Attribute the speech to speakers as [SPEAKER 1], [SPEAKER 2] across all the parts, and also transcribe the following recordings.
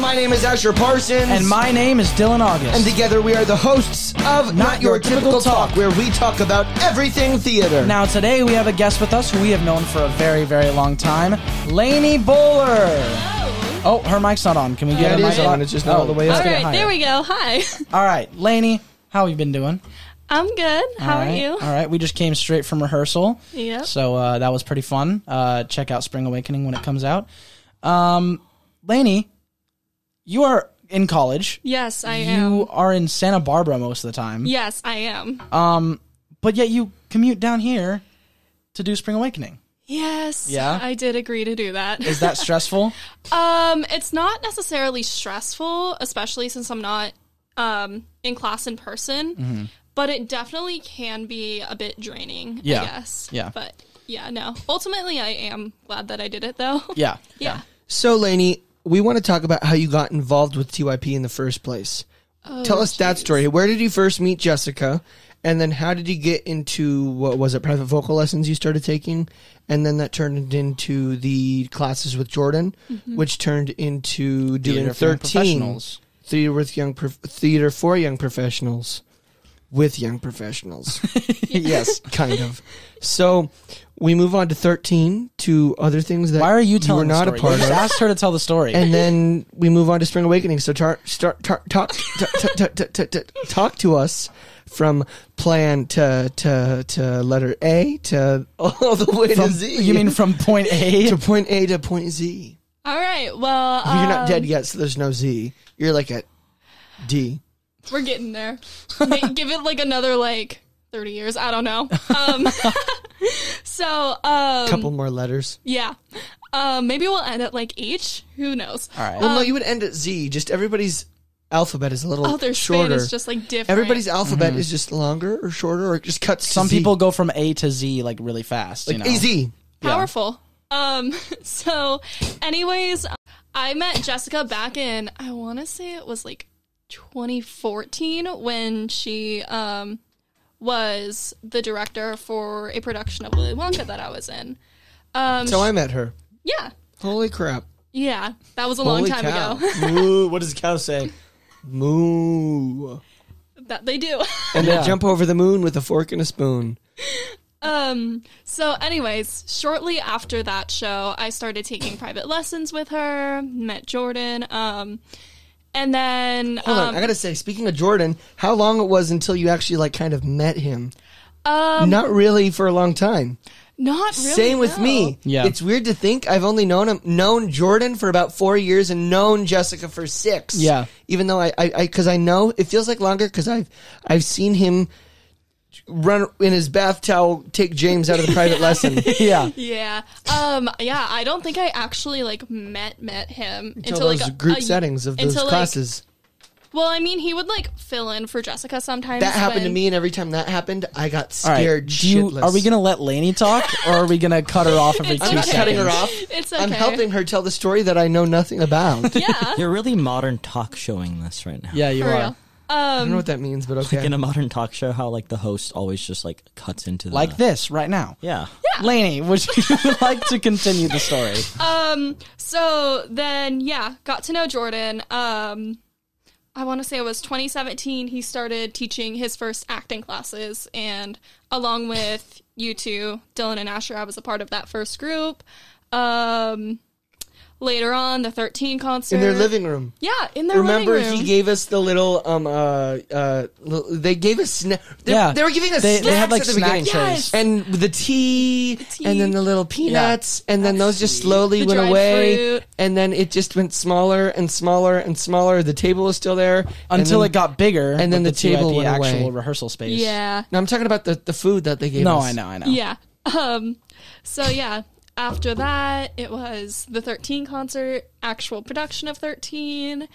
[SPEAKER 1] My name is Asher Parsons.
[SPEAKER 2] And my name is Dylan August.
[SPEAKER 1] And together we are the hosts of Not, Your, Typical, Talk, where we talk about everything theater.
[SPEAKER 2] Now, today we have a guest with us who we have known for a very, very long time Lainey Bowler. Oh, her mic's not on. Can we
[SPEAKER 1] Yeah,
[SPEAKER 2] get
[SPEAKER 1] it
[SPEAKER 2] her mic
[SPEAKER 1] is on.
[SPEAKER 2] on?
[SPEAKER 1] It's just not all the way up.
[SPEAKER 2] Let's
[SPEAKER 3] All
[SPEAKER 2] get it
[SPEAKER 3] right, there
[SPEAKER 2] higher.
[SPEAKER 3] we go. Hi.
[SPEAKER 2] All right, Lainey, how have you been doing?
[SPEAKER 3] I'm good. How
[SPEAKER 2] All
[SPEAKER 3] are
[SPEAKER 2] right,
[SPEAKER 3] you?
[SPEAKER 2] All right, we just came straight from rehearsal.
[SPEAKER 3] Yep.
[SPEAKER 2] So uh, that was pretty fun. Uh, check out Spring Awakening when it comes out. Um, Lainey, you are in college.
[SPEAKER 3] Yes, I
[SPEAKER 2] You
[SPEAKER 3] am.
[SPEAKER 2] are in Santa Barbara most of the time.
[SPEAKER 3] Yes, I am.
[SPEAKER 2] Um, but yet you commute down here to do Spring Awakening.
[SPEAKER 3] yes.
[SPEAKER 2] Yeah?
[SPEAKER 3] I did agree to do that.
[SPEAKER 2] Is that stressful?
[SPEAKER 3] um, it's not necessarily stressful, especially since I'm not um in class in person.
[SPEAKER 2] Mm-hmm.
[SPEAKER 3] But it definitely can be a bit draining.
[SPEAKER 2] Yeah.
[SPEAKER 3] I guess.
[SPEAKER 2] Yeah.
[SPEAKER 3] But yeah, no. Ultimately, I am glad that I did it though.
[SPEAKER 2] yeah.
[SPEAKER 3] yeah.
[SPEAKER 1] So, Lainey, we want to talk about how you got involved with TYP in the first place. Tell us that story. Where did you first meet Jessica? And then how did you get into what was it, private vocal lessons you started taking? And then that turned into the classes with Jordan, which turned into doing
[SPEAKER 2] Theater for Young
[SPEAKER 1] 13
[SPEAKER 2] professionals.
[SPEAKER 1] theater with young prof- theater for young professionals with young professionals. yes, kind of. So, we move on to 13 to other things that
[SPEAKER 2] Why are you
[SPEAKER 1] you were
[SPEAKER 2] telling
[SPEAKER 1] not
[SPEAKER 2] the
[SPEAKER 1] a
[SPEAKER 2] story?
[SPEAKER 1] part
[SPEAKER 2] You
[SPEAKER 1] of
[SPEAKER 2] just asked her to tell the story.
[SPEAKER 1] and then we move on to Spring Awakening. So tar- start tar- talk t- t- t- t- t- t- talk to us from plan to to to letter A to all the way
[SPEAKER 2] From-
[SPEAKER 1] to Z.
[SPEAKER 2] you mean from point A?
[SPEAKER 1] to point A to point Z?
[SPEAKER 3] All right. Well,
[SPEAKER 1] You're not
[SPEAKER 3] um,
[SPEAKER 1] dead yet, so there's no Z. You're like at D.
[SPEAKER 3] We're getting there. Ma- Give it like another like 30 years. I don't know. Um, so, um,
[SPEAKER 1] Couple more letters.
[SPEAKER 3] yeah. Um, maybe we'll end at like H. Who knows?
[SPEAKER 2] All right.
[SPEAKER 1] Well, no, you would end at Z. Just everybody's alphalet is a little
[SPEAKER 3] Um, Oh, their
[SPEAKER 1] shorter.
[SPEAKER 3] span is just like different.
[SPEAKER 1] Everybody's alphabet is just longer or shorter, or it just cuts. to
[SPEAKER 2] Mm-hmm. Some
[SPEAKER 1] Z.
[SPEAKER 2] people go from A to Z like really fast.
[SPEAKER 1] like
[SPEAKER 2] you know?
[SPEAKER 1] A Z.
[SPEAKER 3] powerful. Um, so, anyways, I met Jessica back in, I want to say it was like 2014 when she, um, was the director for a production of Willy Wonka that I was in. Um,
[SPEAKER 1] So I met her.
[SPEAKER 3] yeah.
[SPEAKER 1] Holy crap!
[SPEAKER 3] Yeah, that was a long time ago.
[SPEAKER 1] Moo. What does cow say? Moo.
[SPEAKER 3] that they do.
[SPEAKER 1] And
[SPEAKER 2] Yeah.
[SPEAKER 1] they jump over the moon with a fork and a spoon.
[SPEAKER 3] um so anyways, shortly after that show, I started taking private lessons with her, met Jordan, um and then
[SPEAKER 1] Hold
[SPEAKER 3] um,
[SPEAKER 1] on, I gotta say, speaking of Jordan, how long it was until you actually like kind of met him?
[SPEAKER 3] um
[SPEAKER 1] Not really for a long time.
[SPEAKER 3] not really
[SPEAKER 1] Same with
[SPEAKER 3] no.
[SPEAKER 1] me.
[SPEAKER 2] Yeah.
[SPEAKER 1] it's weird to think I've only known him, known Jordan for about four years, and known Jessica for six.
[SPEAKER 2] Yeah.
[SPEAKER 1] even though I, I, because I, know it feels like longer because I've, I've seen him run in his bath towel, take James out of the private lesson.
[SPEAKER 2] Yeah.
[SPEAKER 3] Yeah. Um yeah, I don't think I actually like met met him until,
[SPEAKER 1] Until those
[SPEAKER 3] like a-
[SPEAKER 1] group
[SPEAKER 3] a-
[SPEAKER 1] settings of those
[SPEAKER 3] until, like-
[SPEAKER 1] classes.
[SPEAKER 3] well, I mean, he would like fill in for Jessica sometimes.
[SPEAKER 1] That happened to
[SPEAKER 3] when-
[SPEAKER 1] me, and every time that happened, I got
[SPEAKER 2] All right.
[SPEAKER 1] scared
[SPEAKER 2] do you-
[SPEAKER 1] shitless.
[SPEAKER 2] are we gonna let Lainey talk, or are we gonna cut her off every 2
[SPEAKER 1] I'm not
[SPEAKER 2] seconds?
[SPEAKER 1] cutting her off.
[SPEAKER 3] It's
[SPEAKER 1] I'm
[SPEAKER 3] okay.
[SPEAKER 1] helping her tell the story that I know nothing about. I
[SPEAKER 3] Yeah.
[SPEAKER 4] You're really modern talk showing this right now.
[SPEAKER 2] Yeah, you
[SPEAKER 3] for
[SPEAKER 2] are.
[SPEAKER 3] real.
[SPEAKER 1] don't know
[SPEAKER 3] Um
[SPEAKER 1] what that means, but
[SPEAKER 4] Like
[SPEAKER 1] okay.
[SPEAKER 4] in a modern talk show, how like the host always just like cuts into the
[SPEAKER 2] Like this right now.
[SPEAKER 4] Yeah.
[SPEAKER 2] Lainey, would you like to continue the story?
[SPEAKER 3] Um, so then, yeah, got to know Jordan. Um, I want to say it was 2017. He started teaching his first acting classes, and along with you two, Dylan and Asher, I was a part of that first group. Um, later on, the 13 concert
[SPEAKER 1] In their living room.
[SPEAKER 3] Yeah, in their
[SPEAKER 1] Remember,
[SPEAKER 3] living room.
[SPEAKER 1] he gave us the little um uh uh. li- They gave us sna- they,
[SPEAKER 2] Yeah.
[SPEAKER 1] they were giving us
[SPEAKER 2] They-
[SPEAKER 1] snacks
[SPEAKER 2] they had, like,
[SPEAKER 1] at the
[SPEAKER 2] snack
[SPEAKER 1] beginning,
[SPEAKER 3] trays. Yes.
[SPEAKER 1] and the tea, and then the little peanuts, and then those just slowly
[SPEAKER 3] The
[SPEAKER 1] went
[SPEAKER 3] dried
[SPEAKER 1] away,
[SPEAKER 3] fruit.
[SPEAKER 1] and then it just went smaller and smaller and smaller. The table was still there and
[SPEAKER 2] Until
[SPEAKER 1] then-
[SPEAKER 2] it got bigger,
[SPEAKER 1] and then
[SPEAKER 2] with
[SPEAKER 1] the table
[SPEAKER 2] TYP
[SPEAKER 1] went
[SPEAKER 2] actual
[SPEAKER 1] away.
[SPEAKER 2] rehearsal space.
[SPEAKER 3] yeah,
[SPEAKER 1] No, I'm talking about the the food that they gave
[SPEAKER 2] No,
[SPEAKER 1] us.
[SPEAKER 2] I know, I know.
[SPEAKER 3] Yeah. Um so yeah, after that it was the 13 concert, actual production of 13.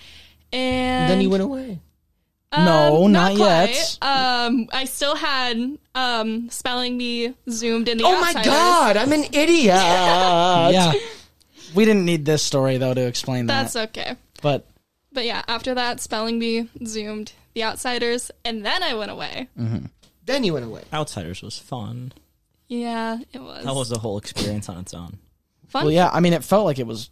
[SPEAKER 3] And
[SPEAKER 1] Then you went away.
[SPEAKER 3] um,
[SPEAKER 2] No, not
[SPEAKER 3] quite.
[SPEAKER 2] yet.
[SPEAKER 3] Um I still had um spelling bee zoomed in the
[SPEAKER 1] Oh my
[SPEAKER 3] outsiders.
[SPEAKER 1] god, I'm an idiot.
[SPEAKER 2] Yeah. We didn't need this story though to explain
[SPEAKER 3] That's
[SPEAKER 2] that.
[SPEAKER 3] okay.
[SPEAKER 2] but
[SPEAKER 3] But yeah, after that spelling bee zoomed the outsiders and then I went away.
[SPEAKER 1] Then you went away.
[SPEAKER 4] Outsiders was fun.
[SPEAKER 3] Yeah, it was.
[SPEAKER 4] That was a whole experience on its own.
[SPEAKER 3] fun.
[SPEAKER 2] well, yeah, I mean, it felt like it was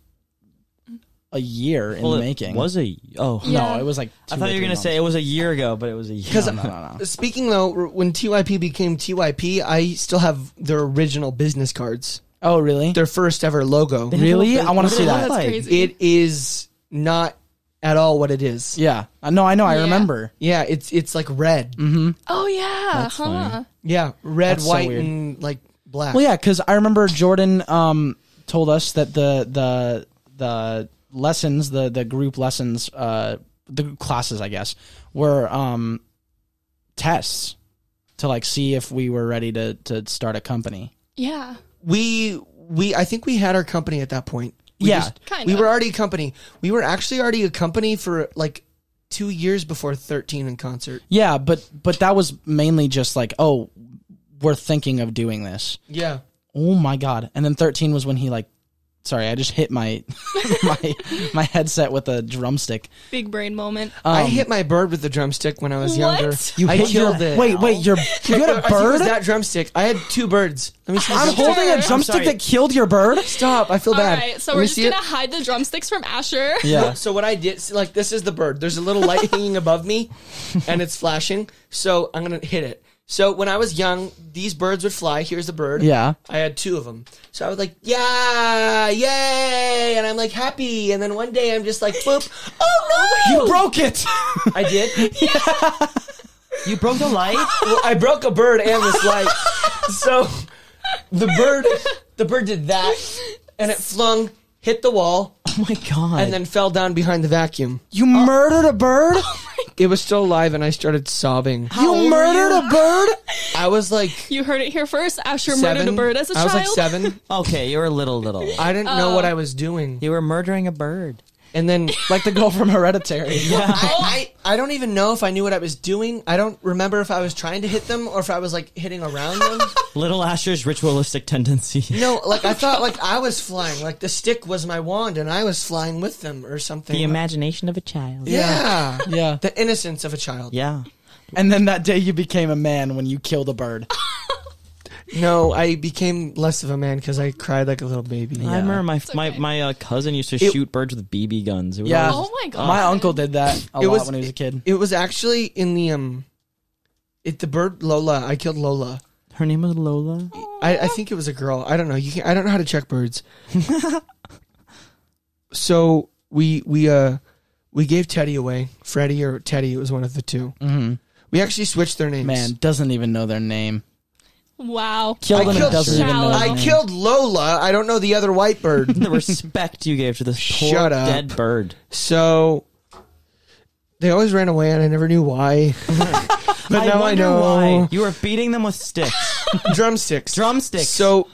[SPEAKER 2] a year in
[SPEAKER 4] Well,
[SPEAKER 2] the
[SPEAKER 4] it
[SPEAKER 2] making.
[SPEAKER 4] was a oh.
[SPEAKER 3] Yeah.
[SPEAKER 2] No, it was like.
[SPEAKER 4] I
[SPEAKER 2] two
[SPEAKER 4] thought
[SPEAKER 2] or
[SPEAKER 4] you were
[SPEAKER 2] three
[SPEAKER 4] gonna say
[SPEAKER 2] months.
[SPEAKER 4] it was a year ago, but it was a year.
[SPEAKER 1] Because
[SPEAKER 2] No, no, no.
[SPEAKER 1] speaking though, r- when TYP became TYP, I still have their original business cards,
[SPEAKER 2] Oh, really?
[SPEAKER 1] their first ever logo.
[SPEAKER 2] Really? I want to see
[SPEAKER 4] What
[SPEAKER 2] that.
[SPEAKER 4] is
[SPEAKER 3] That's
[SPEAKER 4] like-
[SPEAKER 3] crazy.
[SPEAKER 1] It is not at all what it is.
[SPEAKER 2] Yeah. Uh, No, I know. I
[SPEAKER 3] Yeah.
[SPEAKER 2] remember.
[SPEAKER 1] Yeah, it's it's like red.
[SPEAKER 3] oh yeah, huh?
[SPEAKER 4] funny.
[SPEAKER 1] Yeah, red,
[SPEAKER 2] Mm-hmm. That's so
[SPEAKER 1] white,
[SPEAKER 2] weird.
[SPEAKER 1] and like black.
[SPEAKER 2] Well, yeah, because I remember Jordan um, told us that the the the lessons, the the group lessons, uh, the classes, I guess, were um, tests to like see if we were ready to to start a company.
[SPEAKER 3] Yeah,
[SPEAKER 1] we we I think we had our company at that point. We
[SPEAKER 2] Yeah.
[SPEAKER 3] kind of.
[SPEAKER 1] we were already a company. We were actually already a company for like two years before Thirteen in concert.
[SPEAKER 2] Yeah, but but that was mainly just like, oh, we're thinking of doing this.
[SPEAKER 1] Yeah,
[SPEAKER 2] Oh my god! And then thirteen was when he like, sorry, I just hit my my my headset with a drumstick.
[SPEAKER 3] big brain moment.
[SPEAKER 1] I
[SPEAKER 2] Um,
[SPEAKER 1] hit my bird with the drumstick when I was
[SPEAKER 3] What?
[SPEAKER 1] younger.
[SPEAKER 2] You
[SPEAKER 1] I
[SPEAKER 2] hit your,
[SPEAKER 1] killed it.
[SPEAKER 2] Wait, wait, you're you
[SPEAKER 1] I
[SPEAKER 2] got
[SPEAKER 1] think
[SPEAKER 2] a
[SPEAKER 1] it was
[SPEAKER 2] bird?
[SPEAKER 1] that drumstick. I had two birds. Let me see.
[SPEAKER 2] I'm
[SPEAKER 1] this.
[SPEAKER 2] holding a
[SPEAKER 3] I'm
[SPEAKER 2] drumstick
[SPEAKER 1] sorry.
[SPEAKER 2] that killed your bird.
[SPEAKER 1] Stop! I feel
[SPEAKER 3] All
[SPEAKER 1] bad.
[SPEAKER 3] right, so
[SPEAKER 1] Let
[SPEAKER 3] we're
[SPEAKER 1] me
[SPEAKER 3] just
[SPEAKER 1] see it.
[SPEAKER 3] gonna hide the drumsticks from Asher.
[SPEAKER 2] Yeah.
[SPEAKER 1] So what I did, see, like this is the bird. There's a little light hanging above me, and it's flashing. So I'm gonna hit it. So when I was young, these birds would fly. Here's the bird.
[SPEAKER 2] Yeah.
[SPEAKER 1] I had two of them. So I was like, yeah, yay, and I'm like happy. And then one day I'm just like, boop. Oh no!
[SPEAKER 2] You broke it.
[SPEAKER 1] I did.
[SPEAKER 4] You broke the light.
[SPEAKER 1] Well, I broke a bird and this light. So the bird, the bird did that, and it flung, hit the wall,
[SPEAKER 4] oh my god!
[SPEAKER 1] and then fell down behind the vacuum.
[SPEAKER 2] You
[SPEAKER 4] oh.
[SPEAKER 2] murdered a bird.
[SPEAKER 3] Oh
[SPEAKER 1] It was still alive, and I started sobbing.
[SPEAKER 2] You murdered a bird.
[SPEAKER 1] I was like
[SPEAKER 3] You heard it here first. Asher
[SPEAKER 1] seven.
[SPEAKER 3] murdered a bird as a
[SPEAKER 1] I was
[SPEAKER 3] child. Oh.
[SPEAKER 1] like seven.
[SPEAKER 4] okay, you were little little.
[SPEAKER 1] I didn't know what I was doing.
[SPEAKER 4] You were murdering a bird.
[SPEAKER 1] And then, like,
[SPEAKER 2] Like the girl from Hereditary.
[SPEAKER 1] I, I, I don't even know if I knew what I was doing. I don't remember if I was trying to hit them or if I was, like, hitting around them.
[SPEAKER 4] Little Asher's ritualistic tendency.
[SPEAKER 1] No, like, I thought, like, I was flying. Like, the stick was my wand and I was flying with them or something.
[SPEAKER 4] The imagination of a child.
[SPEAKER 1] yeah.
[SPEAKER 2] Yeah.
[SPEAKER 1] The innocence of a child.
[SPEAKER 4] Yeah.
[SPEAKER 2] And then that day you became a man when you killed a bird.
[SPEAKER 1] No, I became less of a man because I cried like a little baby.
[SPEAKER 4] I remember my my
[SPEAKER 3] okay.
[SPEAKER 4] my uh, cousin used to shoot birds with BB guns. It was
[SPEAKER 2] Yeah.
[SPEAKER 4] always-
[SPEAKER 3] Oh my god.
[SPEAKER 2] My uncle did that a
[SPEAKER 1] It
[SPEAKER 2] lot
[SPEAKER 1] was-
[SPEAKER 2] when he was a kid.
[SPEAKER 1] It was actually in the, um, it, the bird Lola. I killed Lola.
[SPEAKER 4] her name was Lola.
[SPEAKER 1] I, I think it was a girl. I don't know. You can, I don't know how to check birds. so we we uh we gave Teddy away, Freddie or Teddy. It was one of the 2
[SPEAKER 2] Mm-hmm.
[SPEAKER 1] We actually switched their names.
[SPEAKER 2] Man doesn't even know their name.
[SPEAKER 3] Wow.
[SPEAKER 2] Killed
[SPEAKER 1] I
[SPEAKER 2] him and
[SPEAKER 1] killed-
[SPEAKER 2] doesn't even know.
[SPEAKER 3] Shallow.
[SPEAKER 2] Their
[SPEAKER 1] I
[SPEAKER 2] name.
[SPEAKER 1] killed Lola. I don't know the other white bird.
[SPEAKER 4] The respect you gave to this poor
[SPEAKER 1] Shut up.
[SPEAKER 4] dead bird.
[SPEAKER 1] so they always ran away, and I never knew why. but now I
[SPEAKER 4] wonder
[SPEAKER 1] know.
[SPEAKER 4] why you were beating them with sticks,
[SPEAKER 1] Drumsticks.
[SPEAKER 4] drumsticks.
[SPEAKER 1] So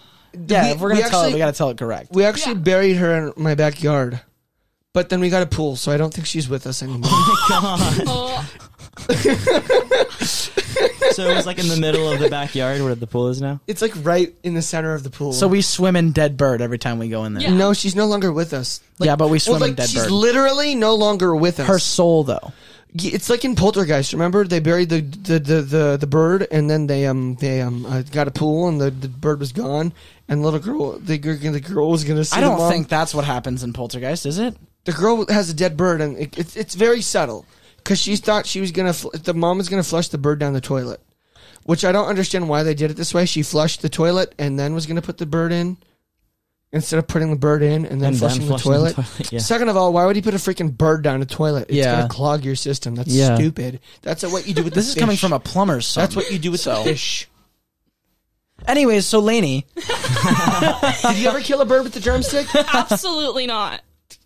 [SPEAKER 2] Yeah, if we're gonna tell
[SPEAKER 1] actually,
[SPEAKER 2] it, we gotta tell it correct.
[SPEAKER 1] we actually
[SPEAKER 3] Yeah.
[SPEAKER 1] buried her in my backyard. But then we got a pool, so I don't think she's with us anymore.
[SPEAKER 3] Oh,
[SPEAKER 4] so it was like in the middle of the backyard where the pool is now.
[SPEAKER 1] It's like right in the center of the pool.
[SPEAKER 2] So we swim in dead bird every time we go in there.
[SPEAKER 3] Yeah.
[SPEAKER 1] no, she's no longer with us.
[SPEAKER 2] Yeah, but we swim
[SPEAKER 1] well, like,
[SPEAKER 2] in dead
[SPEAKER 1] she's
[SPEAKER 2] bird.
[SPEAKER 1] literally no longer with us.
[SPEAKER 2] Her soul, though.
[SPEAKER 1] Y- it's like in Poltergeist. Remember, they buried the the, the, the, the bird, and then they um they um uh, got a pool, and the, the bird was gone, and little girl the, gir- the girl was gonna. See
[SPEAKER 2] I
[SPEAKER 1] the
[SPEAKER 2] don't
[SPEAKER 1] mom.
[SPEAKER 2] think that's what happens in Poltergeist, is it?
[SPEAKER 1] the girl has a dead bird, and it, it's it's very subtle because she thought she was gonna fl- the mom was gonna flush the bird down the toilet, which I don't understand why they did it this way. She flushed the toilet and then was gonna put the bird in instead of putting the bird in and then
[SPEAKER 4] And then
[SPEAKER 1] flushing,
[SPEAKER 4] flushing
[SPEAKER 1] the
[SPEAKER 4] the
[SPEAKER 1] toilet.
[SPEAKER 4] toilet, yeah.
[SPEAKER 1] Second of all, why would you put a freaking bird down a toilet? It's
[SPEAKER 2] Yeah.
[SPEAKER 1] gonna clog your system. That's
[SPEAKER 2] Yeah.
[SPEAKER 1] stupid. That's what you do with the
[SPEAKER 2] This is coming
[SPEAKER 1] fish.
[SPEAKER 2] from a plumber's son.
[SPEAKER 1] That's what you do with
[SPEAKER 2] So-
[SPEAKER 1] the fish.
[SPEAKER 2] Anyways, so Laney,
[SPEAKER 1] Did you ever kill a bird with the drumstick?
[SPEAKER 3] absolutely not.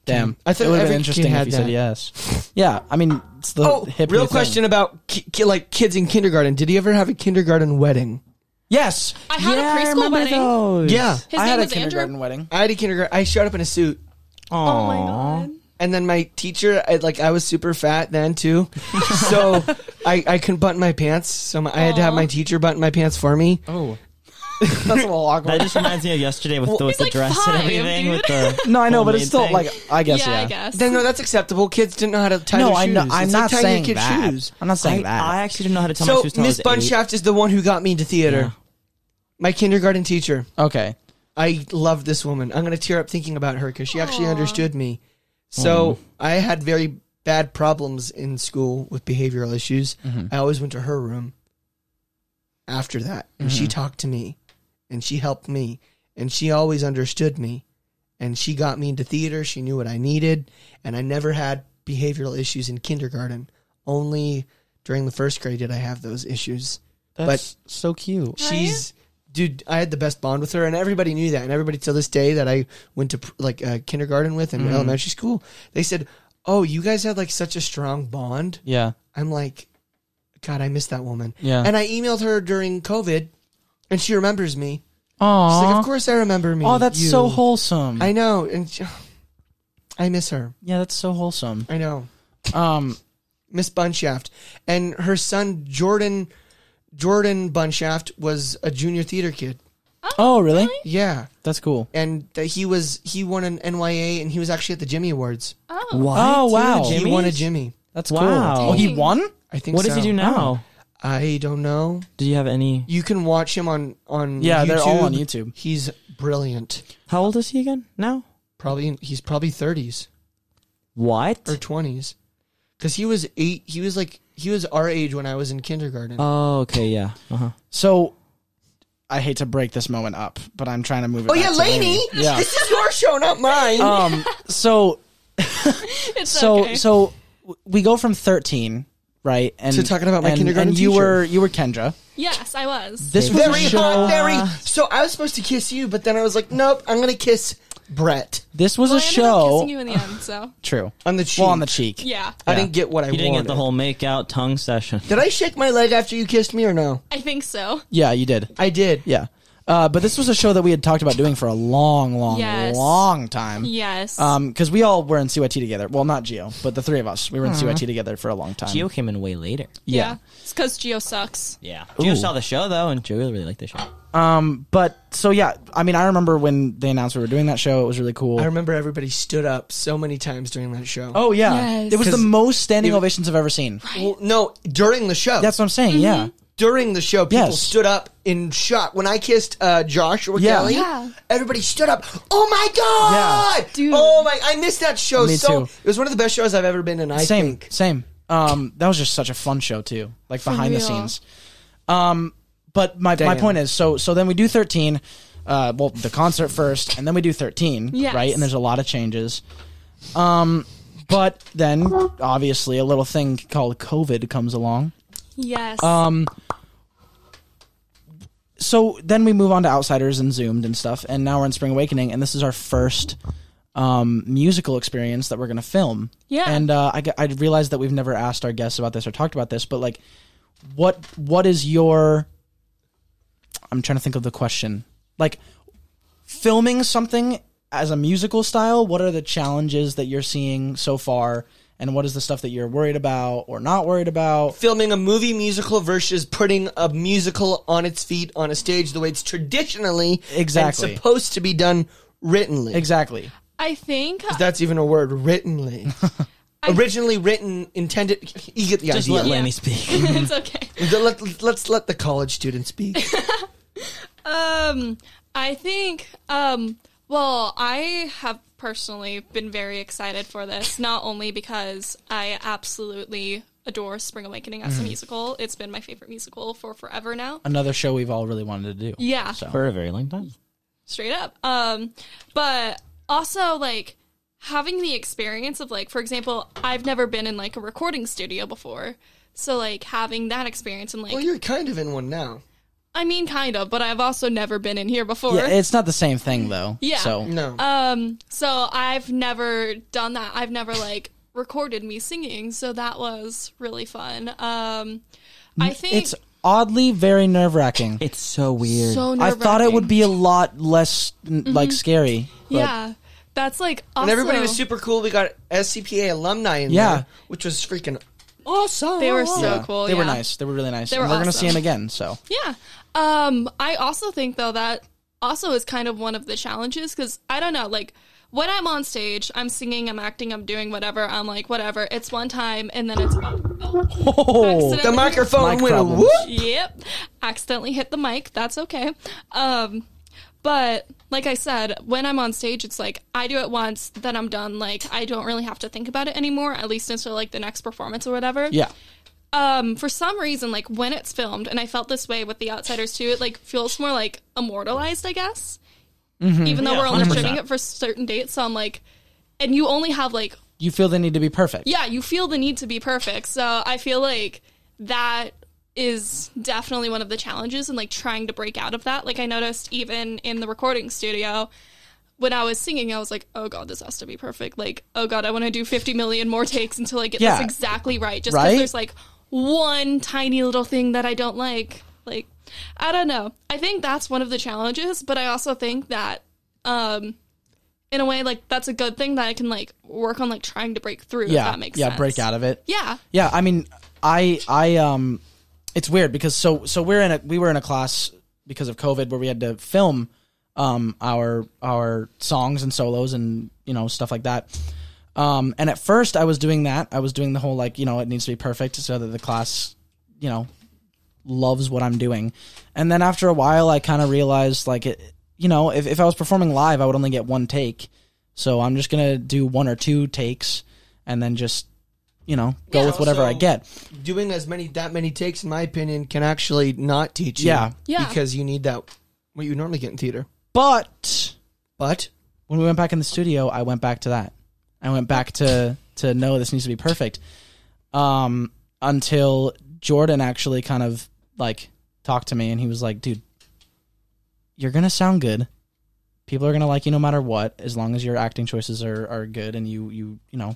[SPEAKER 2] damn,
[SPEAKER 1] I thought
[SPEAKER 2] it would have
[SPEAKER 1] every
[SPEAKER 2] been
[SPEAKER 1] kid
[SPEAKER 2] interesting
[SPEAKER 1] had
[SPEAKER 2] if you said
[SPEAKER 1] that.
[SPEAKER 2] yes. Yeah, I mean, it's the
[SPEAKER 1] oh,
[SPEAKER 2] hip
[SPEAKER 1] real
[SPEAKER 2] thing.
[SPEAKER 1] question about ki- ki- like kids in kindergarten. Did you ever have a kindergarten wedding?
[SPEAKER 2] Yes,
[SPEAKER 3] I had
[SPEAKER 4] yeah,
[SPEAKER 3] a
[SPEAKER 4] I
[SPEAKER 3] preschool
[SPEAKER 4] remember
[SPEAKER 3] wedding.
[SPEAKER 4] those.
[SPEAKER 1] Yeah.
[SPEAKER 3] His
[SPEAKER 2] I
[SPEAKER 3] name
[SPEAKER 2] had a
[SPEAKER 3] was
[SPEAKER 2] kindergarten
[SPEAKER 3] Andrew.
[SPEAKER 2] wedding.
[SPEAKER 1] I had a kindergarten. I showed up in a suit,
[SPEAKER 3] Oh my god.
[SPEAKER 1] and then my teacher, I, like I was super fat then too, so I, I couldn't button my pants. So my, I had to have
[SPEAKER 3] Aw.
[SPEAKER 1] my teacher button my pants for me.
[SPEAKER 2] Oh, that's a little awkward.
[SPEAKER 4] That just reminds me of yesterday with the, with
[SPEAKER 3] He's
[SPEAKER 4] the
[SPEAKER 3] like
[SPEAKER 4] dress
[SPEAKER 3] five,
[SPEAKER 4] and everything.
[SPEAKER 3] dude.
[SPEAKER 4] With the
[SPEAKER 2] no, I know, but it's
[SPEAKER 4] homemade
[SPEAKER 2] still
[SPEAKER 4] thing.
[SPEAKER 2] like I guess. Yeah,
[SPEAKER 3] yeah, I guess.
[SPEAKER 1] Then no, that's acceptable. Kids didn't know how to tie
[SPEAKER 2] No,
[SPEAKER 1] their
[SPEAKER 2] I
[SPEAKER 1] shoes.
[SPEAKER 2] know. I'm
[SPEAKER 1] It's
[SPEAKER 2] not
[SPEAKER 1] like tying
[SPEAKER 2] saying
[SPEAKER 1] your kid's
[SPEAKER 2] that.
[SPEAKER 1] shoes.
[SPEAKER 2] I'm not saying
[SPEAKER 4] I,
[SPEAKER 2] that.
[SPEAKER 4] I actually didn't know how to tell my
[SPEAKER 1] So
[SPEAKER 4] shoes till
[SPEAKER 1] Miss
[SPEAKER 4] I was eight.
[SPEAKER 1] Bunshaft is the one who got me into theater. My kindergarten teacher.
[SPEAKER 2] okay,
[SPEAKER 1] I love this woman. I'm going to tear up thinking about her because she actually understood me. So I had very bad problems in school with behavioral issues. I always went to her room after that, and she talked to me, and she helped me, and she always understood me, and she got me into theater. She knew what I needed, and I never had behavioral issues in kindergarten. Only during the first grade did I have those issues.
[SPEAKER 2] That's so cute.
[SPEAKER 3] Right?
[SPEAKER 1] She's dude. I had the best bond with her, and everybody knew that. And everybody till this day that I went to pr- like uh, kindergarten with
[SPEAKER 2] Mm-hmm.
[SPEAKER 1] and elementary school, they said, "Oh, you guys had like such a strong bond."
[SPEAKER 2] Yeah.
[SPEAKER 1] I'm like, God, I miss that woman.
[SPEAKER 2] Yeah.
[SPEAKER 1] And I emailed her during COVID, and she remembers me. She's
[SPEAKER 2] Aww.
[SPEAKER 1] like, "Of course I remember me."
[SPEAKER 2] oh, that's
[SPEAKER 1] you."
[SPEAKER 2] so wholesome.
[SPEAKER 1] I know, and she- I miss her.
[SPEAKER 2] yeah, that's so wholesome.
[SPEAKER 1] I know.
[SPEAKER 2] Um,
[SPEAKER 1] Miss Bunshaft, and her son Jordan Jordan Bunshaft was a junior theater kid.
[SPEAKER 2] oh, really?
[SPEAKER 1] Yeah,
[SPEAKER 2] That's cool.
[SPEAKER 1] and that he was he won an NYA, and he was actually at the Jimmy Awards.
[SPEAKER 3] Oh,
[SPEAKER 4] What?
[SPEAKER 2] Oh, wow.
[SPEAKER 1] He
[SPEAKER 4] Jimmy?
[SPEAKER 1] won a Jimmy.
[SPEAKER 2] That's
[SPEAKER 4] Wow.
[SPEAKER 2] cool. Oh, he won?
[SPEAKER 1] I think.
[SPEAKER 4] What
[SPEAKER 1] so.
[SPEAKER 4] does he do now?
[SPEAKER 1] I don't know.
[SPEAKER 4] Did you have any?
[SPEAKER 1] You can watch him on on
[SPEAKER 2] Yeah,
[SPEAKER 1] YouTube.
[SPEAKER 2] they're all on YouTube.
[SPEAKER 1] He's brilliant.
[SPEAKER 4] How old is he again now?
[SPEAKER 1] Probably in- he's probably thirties
[SPEAKER 4] What?
[SPEAKER 1] or twenties, because he was eight. He was like he was our age when I was in kindergarten.
[SPEAKER 4] oh, okay, yeah. Uh huh.
[SPEAKER 2] So, I hate to break this moment up, but I'm trying to move it.
[SPEAKER 1] oh
[SPEAKER 2] back
[SPEAKER 1] yeah,
[SPEAKER 2] to
[SPEAKER 1] Lainey.
[SPEAKER 2] Yeah.
[SPEAKER 1] This is your show, not mine.
[SPEAKER 2] Um, so
[SPEAKER 3] it's
[SPEAKER 2] so
[SPEAKER 3] okay.
[SPEAKER 2] so w- we go from 13 right and
[SPEAKER 1] To talking about my
[SPEAKER 2] and-
[SPEAKER 1] kindergarten
[SPEAKER 2] and you
[SPEAKER 1] teacher.
[SPEAKER 2] were you were kendra
[SPEAKER 3] yes, I was.
[SPEAKER 2] this was a
[SPEAKER 1] very
[SPEAKER 2] show
[SPEAKER 1] hot, very. So I was supposed to kiss you, but then I was like, nope, I'm gonna kiss Brett
[SPEAKER 2] this was
[SPEAKER 3] Well,
[SPEAKER 2] a
[SPEAKER 3] I ended up
[SPEAKER 2] show
[SPEAKER 3] kissing you in the end, so
[SPEAKER 2] true
[SPEAKER 1] on the cheek.
[SPEAKER 2] well on the cheek
[SPEAKER 3] yeah,
[SPEAKER 1] I didn't get what I
[SPEAKER 4] You
[SPEAKER 1] wanted.
[SPEAKER 4] didn't get the whole make out tongue session.
[SPEAKER 1] Did I shake my leg after you kissed me or no?
[SPEAKER 3] I think so.
[SPEAKER 2] yeah you did
[SPEAKER 1] I did.
[SPEAKER 2] yeah uh, but this was a show that we had talked about doing for a long long
[SPEAKER 3] Yes.
[SPEAKER 2] long time
[SPEAKER 3] Yes.
[SPEAKER 2] um because we all were in cyt together well not geo but the three of us we
[SPEAKER 3] Hmm.
[SPEAKER 2] were in cyt together for a long time
[SPEAKER 4] Geo came in way later.
[SPEAKER 2] yeah.
[SPEAKER 3] It's because Geo sucks.
[SPEAKER 4] Yeah. Geo saw the show though, and Geo really liked the show.
[SPEAKER 2] um but so yeah i mean i remember when they announced we were doing that show it was really cool
[SPEAKER 1] I remember everybody stood up so many times during that show.
[SPEAKER 2] oh yeah
[SPEAKER 3] Yes.
[SPEAKER 2] it was the
[SPEAKER 1] 'Cause
[SPEAKER 2] most standing ovations i've ever seen
[SPEAKER 1] Well, no, during the show.
[SPEAKER 2] that's what i'm saying
[SPEAKER 3] Mm-hmm.
[SPEAKER 2] yeah
[SPEAKER 1] during the show, people
[SPEAKER 2] Yes.
[SPEAKER 1] stood up in shock. When I kissed uh, Josh or
[SPEAKER 2] Yeah.
[SPEAKER 1] Kelly,
[SPEAKER 3] Yeah.
[SPEAKER 1] everybody stood up. Oh my god!
[SPEAKER 3] Dude.
[SPEAKER 1] Oh my! I missed that show
[SPEAKER 2] Me
[SPEAKER 1] so.
[SPEAKER 2] too.
[SPEAKER 1] It was one of the best shows I've ever been in. I
[SPEAKER 2] same,
[SPEAKER 1] think.
[SPEAKER 2] same. Um, that was just such a fun show too, like behind the
[SPEAKER 3] real.
[SPEAKER 2] scenes. Um, but my my
[SPEAKER 1] Damn.
[SPEAKER 2] point is, so so then we do thirteen. Uh, well, the concert first, and then we do thirteen,
[SPEAKER 3] Yes.
[SPEAKER 2] right? And there's a lot of changes. Um, but then obviously a little thing called COVID comes along.
[SPEAKER 3] Yes.
[SPEAKER 2] Um, so then we move on to Outsiders and Zoomed and stuff, and now we're in Spring Awakening, and this is our first um, musical experience that we're going to film.
[SPEAKER 3] Yeah.
[SPEAKER 2] And uh, I, g- I realized that we've never asked our guests about this or talked about this, but like, what what is your? I'm trying to think of the question. Like, filming something as a musical style. What are the challenges that you're seeing so far? And what is the stuff that you're worried about or not worried about?
[SPEAKER 1] Filming a movie musical versus putting a musical on its feet on a stage the way it's traditionally and
[SPEAKER 2] Exactly.
[SPEAKER 1] supposed to be done writtenly.
[SPEAKER 2] Exactly.
[SPEAKER 3] I think
[SPEAKER 1] That's even a word, writtenly. Originally written, intended. You get the
[SPEAKER 4] Just
[SPEAKER 1] idea.
[SPEAKER 4] let Lenny speak.
[SPEAKER 3] it's okay.
[SPEAKER 1] Let, us let the college student speak.
[SPEAKER 3] Um, I think, um, well, I have personally been very excited for this, not only because I absolutely adore Spring Awakening as a musical, it's been my favorite musical for forever now.
[SPEAKER 2] another show we've all really wanted to do.
[SPEAKER 3] Yeah.
[SPEAKER 2] So
[SPEAKER 4] for a very long time.
[SPEAKER 3] straight up. Um, but also like having the experience of like, for example, I've never been in like a recording studio before, so like having that experience and like,
[SPEAKER 1] well, you're kind of in one now.
[SPEAKER 3] I mean, kind of, but I've also never been in here before.
[SPEAKER 2] yeah, it's not the same thing though.
[SPEAKER 3] Yeah.
[SPEAKER 2] So
[SPEAKER 1] No.
[SPEAKER 3] um, so I've never done that. I've never like recorded me singing, so that was really fun. Um, I think
[SPEAKER 2] it's oddly very nerve wracking.
[SPEAKER 4] It's so weird.
[SPEAKER 3] so.
[SPEAKER 2] I thought it
[SPEAKER 3] nerve-wracking. Mm-hmm.
[SPEAKER 2] would be a lot less n like scary. but-
[SPEAKER 3] Yeah, that's like awesome.
[SPEAKER 1] and everybody was super cool. We got SCPA alumni in
[SPEAKER 2] Yeah.
[SPEAKER 1] there, which was freaking awesome.
[SPEAKER 3] They were so
[SPEAKER 2] yeah,
[SPEAKER 3] cool.
[SPEAKER 2] They were
[SPEAKER 3] yeah.
[SPEAKER 2] nice. They were really nice.
[SPEAKER 3] They were
[SPEAKER 2] and we're gonna see
[SPEAKER 3] awesome.
[SPEAKER 2] them again. So
[SPEAKER 3] Yeah. Um, I also think though that also is kind of one of the challenges because I don't know, like when I'm on stage, I'm singing, I'm acting, I'm doing whatever, I'm like whatever. It's one time, and then it's
[SPEAKER 2] oh,
[SPEAKER 1] The
[SPEAKER 3] accidentally-
[SPEAKER 1] microphone
[SPEAKER 2] Mic
[SPEAKER 1] went
[SPEAKER 2] problems.
[SPEAKER 1] whoop.
[SPEAKER 3] Yep, accidentally hit the mic. That's okay. Um, But like I said, when I'm on stage, it's like I do it once, then I'm done. Like I don't really have to think about it anymore, at least until like the next performance or whatever.
[SPEAKER 2] Yeah.
[SPEAKER 3] Um, for some reason, like when it's filmed, and I felt this way with The Outsiders too, it like feels more like immortalized, I guess. Even though
[SPEAKER 2] Yeah,
[SPEAKER 3] we're only
[SPEAKER 2] 100%.
[SPEAKER 3] shooting it for certain dates, so I'm like, and you only have like
[SPEAKER 2] You feel the need to be perfect.
[SPEAKER 3] yeah, you feel the need to be perfect. So I feel like that is definitely one of the challenges and like trying to break out of that. Like I noticed even in the recording studio when I was singing, I was like, "Oh god, this has to be perfect." Like, "Oh god, I want to do 50 million more takes until I get
[SPEAKER 2] Yeah.
[SPEAKER 3] this exactly right." Just
[SPEAKER 2] Right?
[SPEAKER 3] cuz there's like one tiny little thing that I don't like. Like, I don't know. I think that's one of the challenges, but I also think that um in a way like that's a good thing that I can like work on like trying to break through
[SPEAKER 2] Yeah.
[SPEAKER 3] if that makes
[SPEAKER 2] yeah.
[SPEAKER 3] sense.
[SPEAKER 2] Break out of it.
[SPEAKER 3] Yeah.
[SPEAKER 2] Yeah, I mean, I I um, it's weird because so so we're in a we were in a class because of COVID where we had to film um our our songs and solos and you know stuff like that. Um, and at first I was doing that. I was doing the whole like you know it needs to be perfect so that the class you know loves what I'm doing. And then after a while, I kind of realized like it, you know, if, if I was performing live, I would only get one take. So I'm just gonna do one or two takes, and then just, you know, go
[SPEAKER 3] Yeah.
[SPEAKER 2] with whatever I
[SPEAKER 1] Also-
[SPEAKER 2] get.
[SPEAKER 1] Doing as many that many takes, in my opinion, can actually not teach you.
[SPEAKER 2] Yeah.
[SPEAKER 3] Yeah.
[SPEAKER 1] Because you need that what you normally get in theater.
[SPEAKER 2] But
[SPEAKER 1] But
[SPEAKER 2] when we went back in the studio, I went back to that. I went back to to no, this needs to be perfect. Um, until Jordan actually kind of like talked to me and he was like, "Dude, you're gonna sound good. People are gonna like you no matter what, as long as your acting choices are are good and you you you know,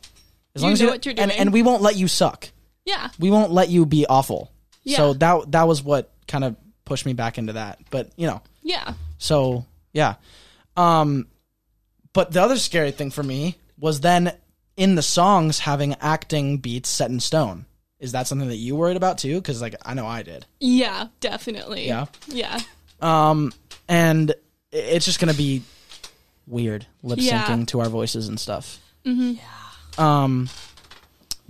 [SPEAKER 2] as
[SPEAKER 3] You
[SPEAKER 2] long as
[SPEAKER 3] know
[SPEAKER 2] you
[SPEAKER 3] what you're
[SPEAKER 2] and
[SPEAKER 3] doing.
[SPEAKER 2] and we won't let you suck.
[SPEAKER 3] Yeah.
[SPEAKER 2] We won't let you be awful. So
[SPEAKER 3] Yeah.
[SPEAKER 2] that that was what kind of pushed me back into that. But you know,
[SPEAKER 3] Yeah.
[SPEAKER 2] so yeah. Um but the other scary thing for me was then in the songs having acting beats set in stone. Is that something that you worried about too? Because like I know I did.
[SPEAKER 3] Yeah, definitely.
[SPEAKER 2] Yeah.
[SPEAKER 3] Yeah.
[SPEAKER 2] Um and i- it's just gonna be weird lip syncing
[SPEAKER 3] Yeah.
[SPEAKER 2] to our voices and stuff. Mm-hmm. Yeah. Um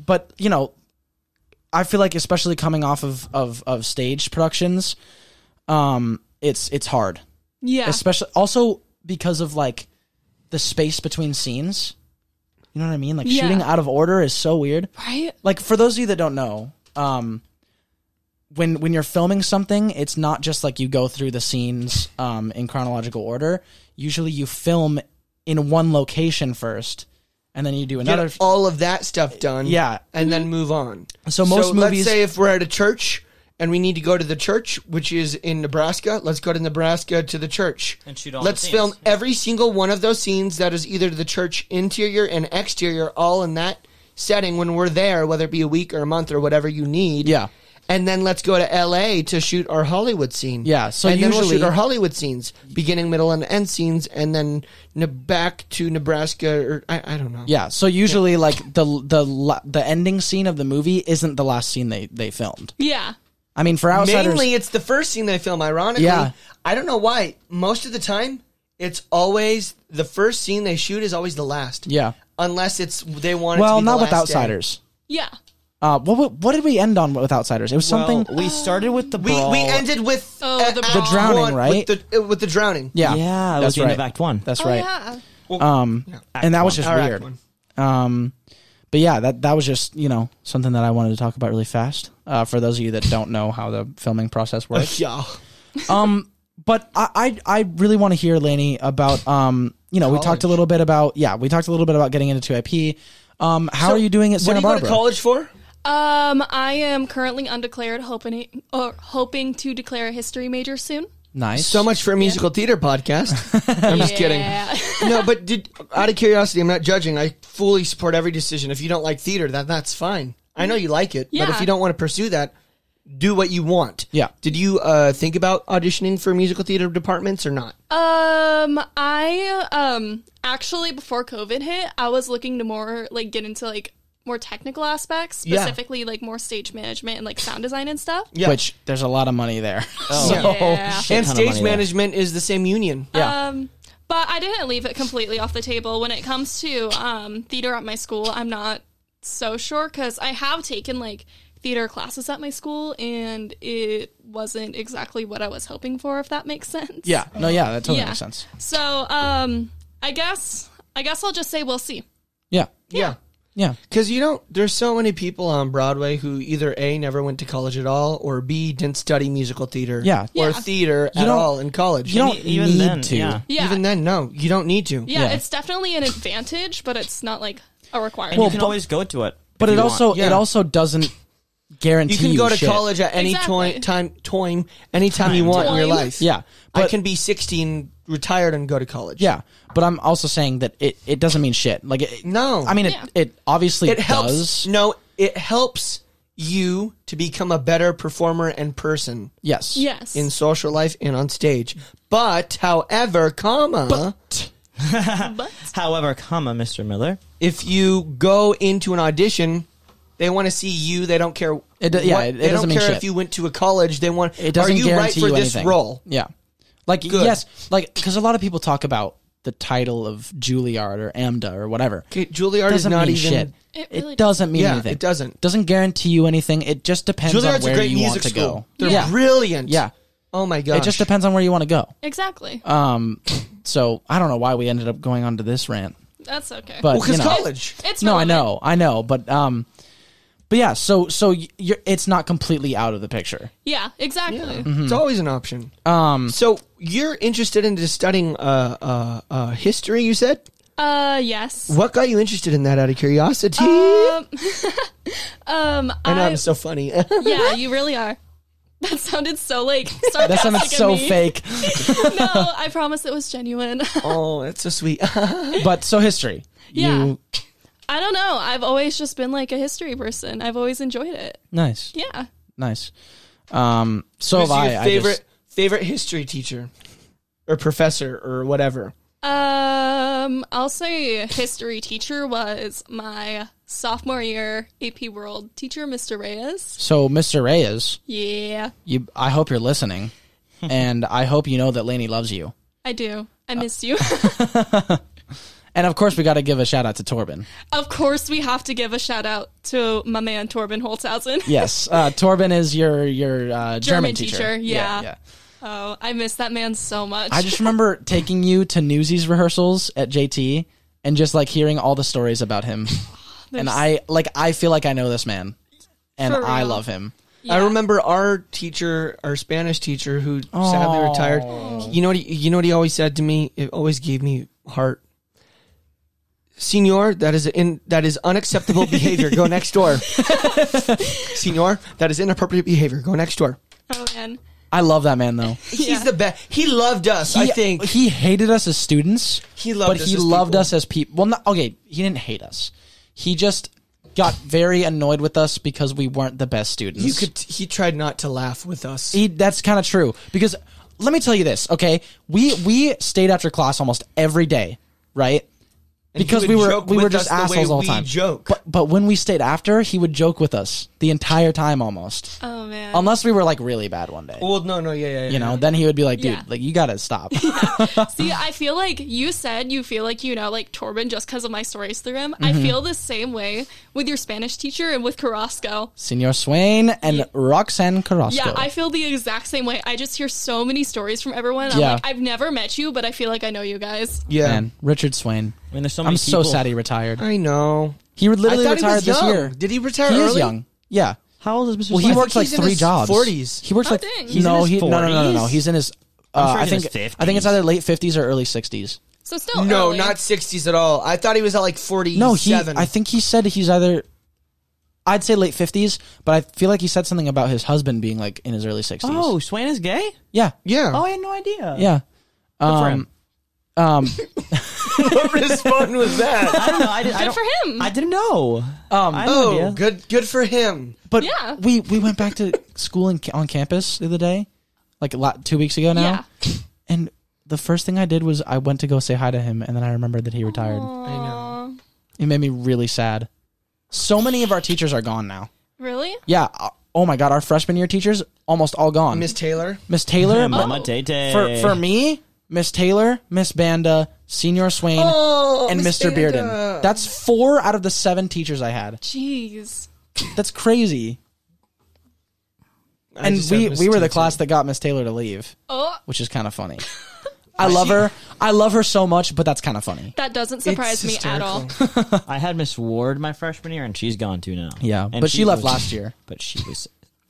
[SPEAKER 2] but you know I feel like especially coming off of of, of stage productions, um, it's it's hard.
[SPEAKER 3] Yeah.
[SPEAKER 2] especially also because of like the space between scenes. You know what I mean? Like
[SPEAKER 3] Yeah.
[SPEAKER 2] shooting out of order is so weird.
[SPEAKER 3] right?
[SPEAKER 2] Like for those of you that don't know, um when when you're filming something, it's not just like you go through the scenes um in chronological order. Usually you film in one location first and then you do
[SPEAKER 1] get
[SPEAKER 2] another Uh,
[SPEAKER 1] all of that stuff done.
[SPEAKER 2] Yeah.
[SPEAKER 1] And then move on.
[SPEAKER 2] So most movies-
[SPEAKER 1] let's say if we're at a church and we need to go to the church, which is in Nebraska, let's go to Nebraska to the church.
[SPEAKER 5] And shoot all the
[SPEAKER 1] Let's
[SPEAKER 5] scenes.
[SPEAKER 1] film every single one of those scenes that is either the church interior and exterior, all in that setting when we're there, whether it be a week or a month or whatever you need.
[SPEAKER 2] Yeah.
[SPEAKER 1] And then let's go to LA to shoot our Hollywood scene.
[SPEAKER 2] Yeah, so
[SPEAKER 1] and then we'll
[SPEAKER 2] usually-
[SPEAKER 1] shoot our Hollywood scenes, beginning, middle, and end scenes, and then ne- back to Nebraska or I, I don't know.
[SPEAKER 2] Yeah, so usually like the the la- the ending scene of the movie isn't the last scene they they filmed.
[SPEAKER 3] Yeah.
[SPEAKER 2] I mean, for outsiders
[SPEAKER 1] Mainly, it's the first scene they film. Ironically,
[SPEAKER 2] Yeah.
[SPEAKER 1] I don't know why. Most of the time, it's always the first scene they shoot is always the last.
[SPEAKER 2] Yeah.
[SPEAKER 1] unless it's they want. it
[SPEAKER 2] Well,
[SPEAKER 1] to be
[SPEAKER 2] not
[SPEAKER 1] the
[SPEAKER 2] with
[SPEAKER 1] last day.
[SPEAKER 2] outsiders.
[SPEAKER 3] Yeah.
[SPEAKER 2] Uh, what, what what did we end on with Outsiders? It was something.
[SPEAKER 4] Well, we started with the
[SPEAKER 1] We
[SPEAKER 4] brawl.
[SPEAKER 1] we ended with
[SPEAKER 3] Oh,
[SPEAKER 1] uh,
[SPEAKER 3] the
[SPEAKER 1] act
[SPEAKER 3] The
[SPEAKER 2] drowning,
[SPEAKER 1] one,
[SPEAKER 2] right?
[SPEAKER 1] With the, uh, with the drowning.
[SPEAKER 2] yeah,
[SPEAKER 4] Yeah, it was
[SPEAKER 2] that's
[SPEAKER 4] the end
[SPEAKER 2] right.
[SPEAKER 4] of Act One.
[SPEAKER 2] That's
[SPEAKER 3] Oh,
[SPEAKER 2] right.
[SPEAKER 3] yeah.
[SPEAKER 2] Um, and that was just
[SPEAKER 1] Our act
[SPEAKER 2] weird.
[SPEAKER 1] one.
[SPEAKER 2] Um, but yeah, that that was just you know something that I wanted to talk about really fast. Uh, for those of you that don't know how the filming process works,
[SPEAKER 1] Yeah.
[SPEAKER 2] um but I, I I really want to hear Laney about um you know we talked a
[SPEAKER 1] College.
[SPEAKER 2] little bit about yeah we talked a little bit about getting into 2IP. Um, how are you doing at
[SPEAKER 1] what
[SPEAKER 2] Santa
[SPEAKER 1] do you
[SPEAKER 2] Barbara?
[SPEAKER 1] go to college for?
[SPEAKER 3] Um, I am currently undeclared, hoping or hoping to declare a history major soon.
[SPEAKER 2] Nice.
[SPEAKER 1] So much for a musical theater podcast. I'm just kidding.
[SPEAKER 3] Yeah.
[SPEAKER 1] no, but did, out of curiosity, I'm not judging. I fully support every decision. If you don't like theater, that that's fine. I know you like it, but
[SPEAKER 3] Yeah.
[SPEAKER 1] if you don't want to pursue that, do what you want.
[SPEAKER 2] Yeah.
[SPEAKER 1] Did you uh, think about auditioning for musical theater departments or not?
[SPEAKER 3] Um, I um actually before COVID hit, I was looking to more like get into like more technical aspects,
[SPEAKER 1] Yeah.
[SPEAKER 3] specifically like more stage management and like sound design and stuff.
[SPEAKER 1] Yeah.
[SPEAKER 2] Which there's a lot of money there. Oh.
[SPEAKER 3] Yeah.
[SPEAKER 4] Shit
[SPEAKER 1] and
[SPEAKER 4] ton of money
[SPEAKER 1] stage
[SPEAKER 4] there.
[SPEAKER 1] management is the same union.
[SPEAKER 2] yeah.
[SPEAKER 3] Um, but I didn't leave it completely off the table when it comes to um, theater at my school. I'm not so sure because I have taken like theater classes at my school, and it wasn't exactly what I was hoping for, if that makes sense.
[SPEAKER 2] Yeah. No, yeah, that totally
[SPEAKER 3] Yeah.
[SPEAKER 2] makes sense.
[SPEAKER 3] So, um, I guess I guess I'll just say we'll see.
[SPEAKER 2] Yeah.
[SPEAKER 1] Yeah.
[SPEAKER 2] Yeah.
[SPEAKER 1] Because you don't, there's so many people on Broadway who either A, never went to college at all, or B, didn't study musical theater.
[SPEAKER 2] Yeah.
[SPEAKER 1] Or
[SPEAKER 3] Yeah.
[SPEAKER 1] theater at
[SPEAKER 2] don't-
[SPEAKER 1] all in college.
[SPEAKER 2] You don't
[SPEAKER 1] And
[SPEAKER 4] even
[SPEAKER 2] need
[SPEAKER 4] then,
[SPEAKER 2] to.
[SPEAKER 4] yeah.
[SPEAKER 3] Yeah.
[SPEAKER 1] Even then, no, you don't need to.
[SPEAKER 3] yeah,
[SPEAKER 2] yeah.
[SPEAKER 3] it's definitely an advantage, but it's not like a requirement.
[SPEAKER 4] And you can always go to it.
[SPEAKER 2] But
[SPEAKER 4] if
[SPEAKER 2] it
[SPEAKER 4] you
[SPEAKER 2] also
[SPEAKER 4] want.
[SPEAKER 1] yeah.
[SPEAKER 2] it also doesn't guarantee
[SPEAKER 1] You can go to
[SPEAKER 2] shit.
[SPEAKER 1] college at any
[SPEAKER 3] Exactly.
[SPEAKER 1] toi- time, time, anytime you want in your
[SPEAKER 3] Time.
[SPEAKER 1] life.
[SPEAKER 2] Yeah.
[SPEAKER 1] I
[SPEAKER 2] But
[SPEAKER 1] can be 16, retired, and go to college.
[SPEAKER 2] yeah, but I'm also saying that it, it doesn't mean shit. Like it,
[SPEAKER 1] No.
[SPEAKER 2] I mean it,
[SPEAKER 3] Yeah.
[SPEAKER 2] it obviously
[SPEAKER 1] it helps.
[SPEAKER 2] does.
[SPEAKER 1] No, it helps you to become a better performer and person
[SPEAKER 2] Yes.
[SPEAKER 3] yes.
[SPEAKER 1] in social life and on stage. But, however, comma,
[SPEAKER 3] but
[SPEAKER 4] However, comma, Mr. Miller.
[SPEAKER 1] if you go into an audition, they want to see you. They don't care.
[SPEAKER 2] It do- yeah, it- it
[SPEAKER 1] they
[SPEAKER 2] doesn't
[SPEAKER 1] don't
[SPEAKER 2] mean
[SPEAKER 1] care
[SPEAKER 2] shit.
[SPEAKER 1] if you went to a college. They want.
[SPEAKER 2] It doesn't
[SPEAKER 1] Are you
[SPEAKER 2] guarantee
[SPEAKER 1] right for
[SPEAKER 2] you
[SPEAKER 1] this
[SPEAKER 2] anything.
[SPEAKER 1] role?
[SPEAKER 2] Yeah. Like
[SPEAKER 1] Good.
[SPEAKER 2] yes, like cuz a lot of people talk about the title of Juilliard or AMDA or whatever.
[SPEAKER 1] Okay, Juilliard is
[SPEAKER 2] doesn't
[SPEAKER 1] not
[SPEAKER 2] mean
[SPEAKER 1] even.
[SPEAKER 2] shit.
[SPEAKER 3] It
[SPEAKER 2] It,
[SPEAKER 3] really
[SPEAKER 2] doesn't mean
[SPEAKER 1] Yeah,
[SPEAKER 2] anything.
[SPEAKER 1] it doesn't.
[SPEAKER 2] Doesn't guarantee you anything. It just depends on
[SPEAKER 1] Juilliard's
[SPEAKER 2] where
[SPEAKER 1] a great
[SPEAKER 2] you
[SPEAKER 1] music
[SPEAKER 2] want to
[SPEAKER 1] school.
[SPEAKER 2] go.
[SPEAKER 1] They're
[SPEAKER 2] yeah.
[SPEAKER 1] brilliant.
[SPEAKER 2] Yeah.
[SPEAKER 1] Oh my gosh.
[SPEAKER 2] It just depends on where you want to go.
[SPEAKER 3] exactly.
[SPEAKER 2] Um so I don't know why we ended up going on to this rant.
[SPEAKER 3] That's okay.
[SPEAKER 2] But
[SPEAKER 1] Well, because
[SPEAKER 2] you know.
[SPEAKER 1] college.
[SPEAKER 3] it's
[SPEAKER 2] no, I
[SPEAKER 3] relevant.
[SPEAKER 2] know. I know, but um but yeah, so so y- you're, it's not completely out of the picture.
[SPEAKER 3] Yeah, exactly.
[SPEAKER 2] Mm-hmm.
[SPEAKER 1] It's always an option.
[SPEAKER 2] Um
[SPEAKER 1] so you're interested in just studying uh, uh, uh, history? You said.
[SPEAKER 3] Uh, yes.
[SPEAKER 1] What got you interested in that? Out of curiosity.
[SPEAKER 2] Uh,
[SPEAKER 3] Um, um,
[SPEAKER 1] I know I'm
[SPEAKER 3] I,
[SPEAKER 1] so funny.
[SPEAKER 3] yeah, you really are. That sounded so like sarcastic.
[SPEAKER 2] that sounded
[SPEAKER 3] at
[SPEAKER 2] so
[SPEAKER 3] me.
[SPEAKER 2] fake.
[SPEAKER 3] No, I promise it was genuine.
[SPEAKER 1] oh, that's so sweet.
[SPEAKER 2] But so history.
[SPEAKER 3] Yeah.
[SPEAKER 2] You
[SPEAKER 3] I don't know. I've always just been like a history person. I've always enjoyed it.
[SPEAKER 2] nice.
[SPEAKER 3] Yeah.
[SPEAKER 2] Nice. Um so
[SPEAKER 1] Who's
[SPEAKER 2] have I.
[SPEAKER 1] your
[SPEAKER 2] I
[SPEAKER 1] favorite
[SPEAKER 2] just-
[SPEAKER 1] favorite history teacher or professor or whatever?
[SPEAKER 3] Um, I'll say history teacher was my sophomore year AP World teacher, Mr. Reyes.
[SPEAKER 2] so Mr. Reyes,
[SPEAKER 3] Yeah,
[SPEAKER 2] you I hope you're listening. and I hope you know that Laney loves you.
[SPEAKER 3] I do.
[SPEAKER 2] Uh,
[SPEAKER 3] I miss you.
[SPEAKER 2] And of course we gotta give a shout out to Torben.
[SPEAKER 3] of course, we have to give a shout out to my man Torben Holthausen.
[SPEAKER 2] Yes, uh, Torben is your your uh, German,
[SPEAKER 3] German
[SPEAKER 2] teacher.
[SPEAKER 3] teacher, yeah. Oh, I miss that man so much.
[SPEAKER 2] I just remember taking you to Newsies rehearsals at JT and just like hearing all the stories about him. and I like I feel like I know this man, and
[SPEAKER 3] For
[SPEAKER 2] I
[SPEAKER 3] real.
[SPEAKER 2] love him.
[SPEAKER 1] I remember our teacher, our Spanish teacher, who sadly retired. You know what? He, you know what he always said to me. It always gave me heart. Senor, that is in that is unacceptable behavior. Go next door. Senor, that is inappropriate behavior. Go next door.
[SPEAKER 3] oh man,
[SPEAKER 2] I love that man though.
[SPEAKER 3] Yeah.
[SPEAKER 1] He's the best. He loved us. I
[SPEAKER 2] He-
[SPEAKER 1] think
[SPEAKER 2] he hated us as students.
[SPEAKER 1] He loved
[SPEAKER 2] but
[SPEAKER 1] us
[SPEAKER 2] he
[SPEAKER 1] as
[SPEAKER 2] loved
[SPEAKER 1] people.
[SPEAKER 2] us as people. Well, not, okay, he didn't hate us. He just got very annoyed with us because we weren't the best students.
[SPEAKER 1] you could. He tried not to laugh with us.
[SPEAKER 2] He, that's kind of true because let me tell you this, okay? We we stayed after class almost every day, right?
[SPEAKER 1] he
[SPEAKER 2] Because
[SPEAKER 1] would
[SPEAKER 2] we were
[SPEAKER 1] joke
[SPEAKER 2] we were
[SPEAKER 1] with
[SPEAKER 2] just
[SPEAKER 1] us the way
[SPEAKER 2] assholes all the
[SPEAKER 1] we
[SPEAKER 2] time.
[SPEAKER 1] joke.
[SPEAKER 2] But but when we stayed after, he would joke with us the entire time almost.
[SPEAKER 3] oh man.
[SPEAKER 2] Unless we were like really bad one day.
[SPEAKER 1] well, no, no, yeah, yeah.
[SPEAKER 2] You know, then he would be like, dude,
[SPEAKER 3] Yeah.
[SPEAKER 2] like you got to stop.
[SPEAKER 3] See, I feel like you said you feel like you know like Torben just because of my stories through him.
[SPEAKER 2] Mm-hmm.
[SPEAKER 3] I feel the same way with your Spanish teacher and with Carrasco.
[SPEAKER 2] Senor Swain and Roxanne Carrasco.
[SPEAKER 3] Yeah, I feel the exact same way. I just hear so many stories from everyone. I'm
[SPEAKER 2] Yeah.
[SPEAKER 3] like, I've never met you, but I feel like I know you guys.
[SPEAKER 1] yeah.
[SPEAKER 2] Man, Richard Swain.
[SPEAKER 4] I mean, there's so many
[SPEAKER 2] I'm so
[SPEAKER 4] people-
[SPEAKER 2] sad he retired.
[SPEAKER 1] I know.
[SPEAKER 2] He literally
[SPEAKER 1] I thought he
[SPEAKER 2] retired
[SPEAKER 1] was
[SPEAKER 2] this
[SPEAKER 1] young.
[SPEAKER 2] year.
[SPEAKER 1] Did he retire
[SPEAKER 2] He is
[SPEAKER 1] early?
[SPEAKER 2] young. Yeah.
[SPEAKER 4] How old is Mr.
[SPEAKER 2] Well, he
[SPEAKER 4] Swain?
[SPEAKER 2] worked like
[SPEAKER 1] he's in
[SPEAKER 2] three
[SPEAKER 1] his
[SPEAKER 2] jobs.
[SPEAKER 1] 40s.
[SPEAKER 2] He works
[SPEAKER 3] Oh,
[SPEAKER 2] like
[SPEAKER 3] dang. He's in
[SPEAKER 2] no,
[SPEAKER 4] his
[SPEAKER 2] he, no, no, no, no, no.
[SPEAKER 4] 40s?
[SPEAKER 2] He's in his. Uh,
[SPEAKER 4] sure
[SPEAKER 2] I
[SPEAKER 4] he's in
[SPEAKER 2] think
[SPEAKER 4] his
[SPEAKER 2] I think it's
[SPEAKER 4] 50s.
[SPEAKER 2] either late fifties or early sixties.
[SPEAKER 3] So still
[SPEAKER 1] No,
[SPEAKER 3] early.
[SPEAKER 1] not 60s at all. I thought he was at like 47.
[SPEAKER 2] No, he. I think he said he's either. I'd say late fifties, but I feel like he said something about his husband being like in his early sixties.
[SPEAKER 4] Oh, Swain is gay?
[SPEAKER 2] yeah,
[SPEAKER 1] yeah.
[SPEAKER 4] Oh, I had no idea.
[SPEAKER 2] yeah.
[SPEAKER 4] for
[SPEAKER 2] Um,
[SPEAKER 4] him.
[SPEAKER 2] um,
[SPEAKER 1] what response was that?
[SPEAKER 4] I don't know. I, did, I,
[SPEAKER 3] Good
[SPEAKER 4] don't,
[SPEAKER 3] for him.
[SPEAKER 4] I didn't know.
[SPEAKER 2] um.
[SPEAKER 4] I had no
[SPEAKER 1] Oh,
[SPEAKER 4] idea.
[SPEAKER 1] good good for him.
[SPEAKER 2] but
[SPEAKER 3] Yeah.
[SPEAKER 2] we we went back to school in, on campus the other day, like a lot two weeks ago now,
[SPEAKER 3] Yeah.
[SPEAKER 2] and the first thing I did was I went to go say hi to him, and then I remembered that he
[SPEAKER 1] I
[SPEAKER 2] retired.
[SPEAKER 1] know.
[SPEAKER 2] It made me really sad. So many of our teachers are gone now.
[SPEAKER 3] Really?
[SPEAKER 2] Yeah. uh, Oh my god, our freshman year teachers almost all gone.
[SPEAKER 1] Miss Taylor.
[SPEAKER 2] Miss Taylor,
[SPEAKER 4] Mama Day Day.
[SPEAKER 1] Eh.
[SPEAKER 2] for for me, Miss Taylor, Miss Banda, Senior Swain,
[SPEAKER 1] Oh,
[SPEAKER 2] and
[SPEAKER 1] Miss
[SPEAKER 2] Mr.
[SPEAKER 1] Banda.
[SPEAKER 2] Bearden. That's four out of the seven teachers I had.
[SPEAKER 3] Jeez.
[SPEAKER 2] That's crazy.
[SPEAKER 1] I
[SPEAKER 2] and
[SPEAKER 1] just
[SPEAKER 2] we,
[SPEAKER 1] have Miss
[SPEAKER 2] we were the
[SPEAKER 1] Teasley.
[SPEAKER 2] class that got Miss Taylor to leave,
[SPEAKER 3] Oh,
[SPEAKER 2] which is kind of funny. I love her. I love her so much, but that's kind of funny.
[SPEAKER 3] that doesn't
[SPEAKER 1] It's
[SPEAKER 3] surprise me at all.
[SPEAKER 1] hysterical.
[SPEAKER 4] I had Miss Ward my freshman year, and she's gone too now.
[SPEAKER 2] Yeah,
[SPEAKER 4] And
[SPEAKER 2] but she left
[SPEAKER 4] was-
[SPEAKER 2] last year.
[SPEAKER 4] But she was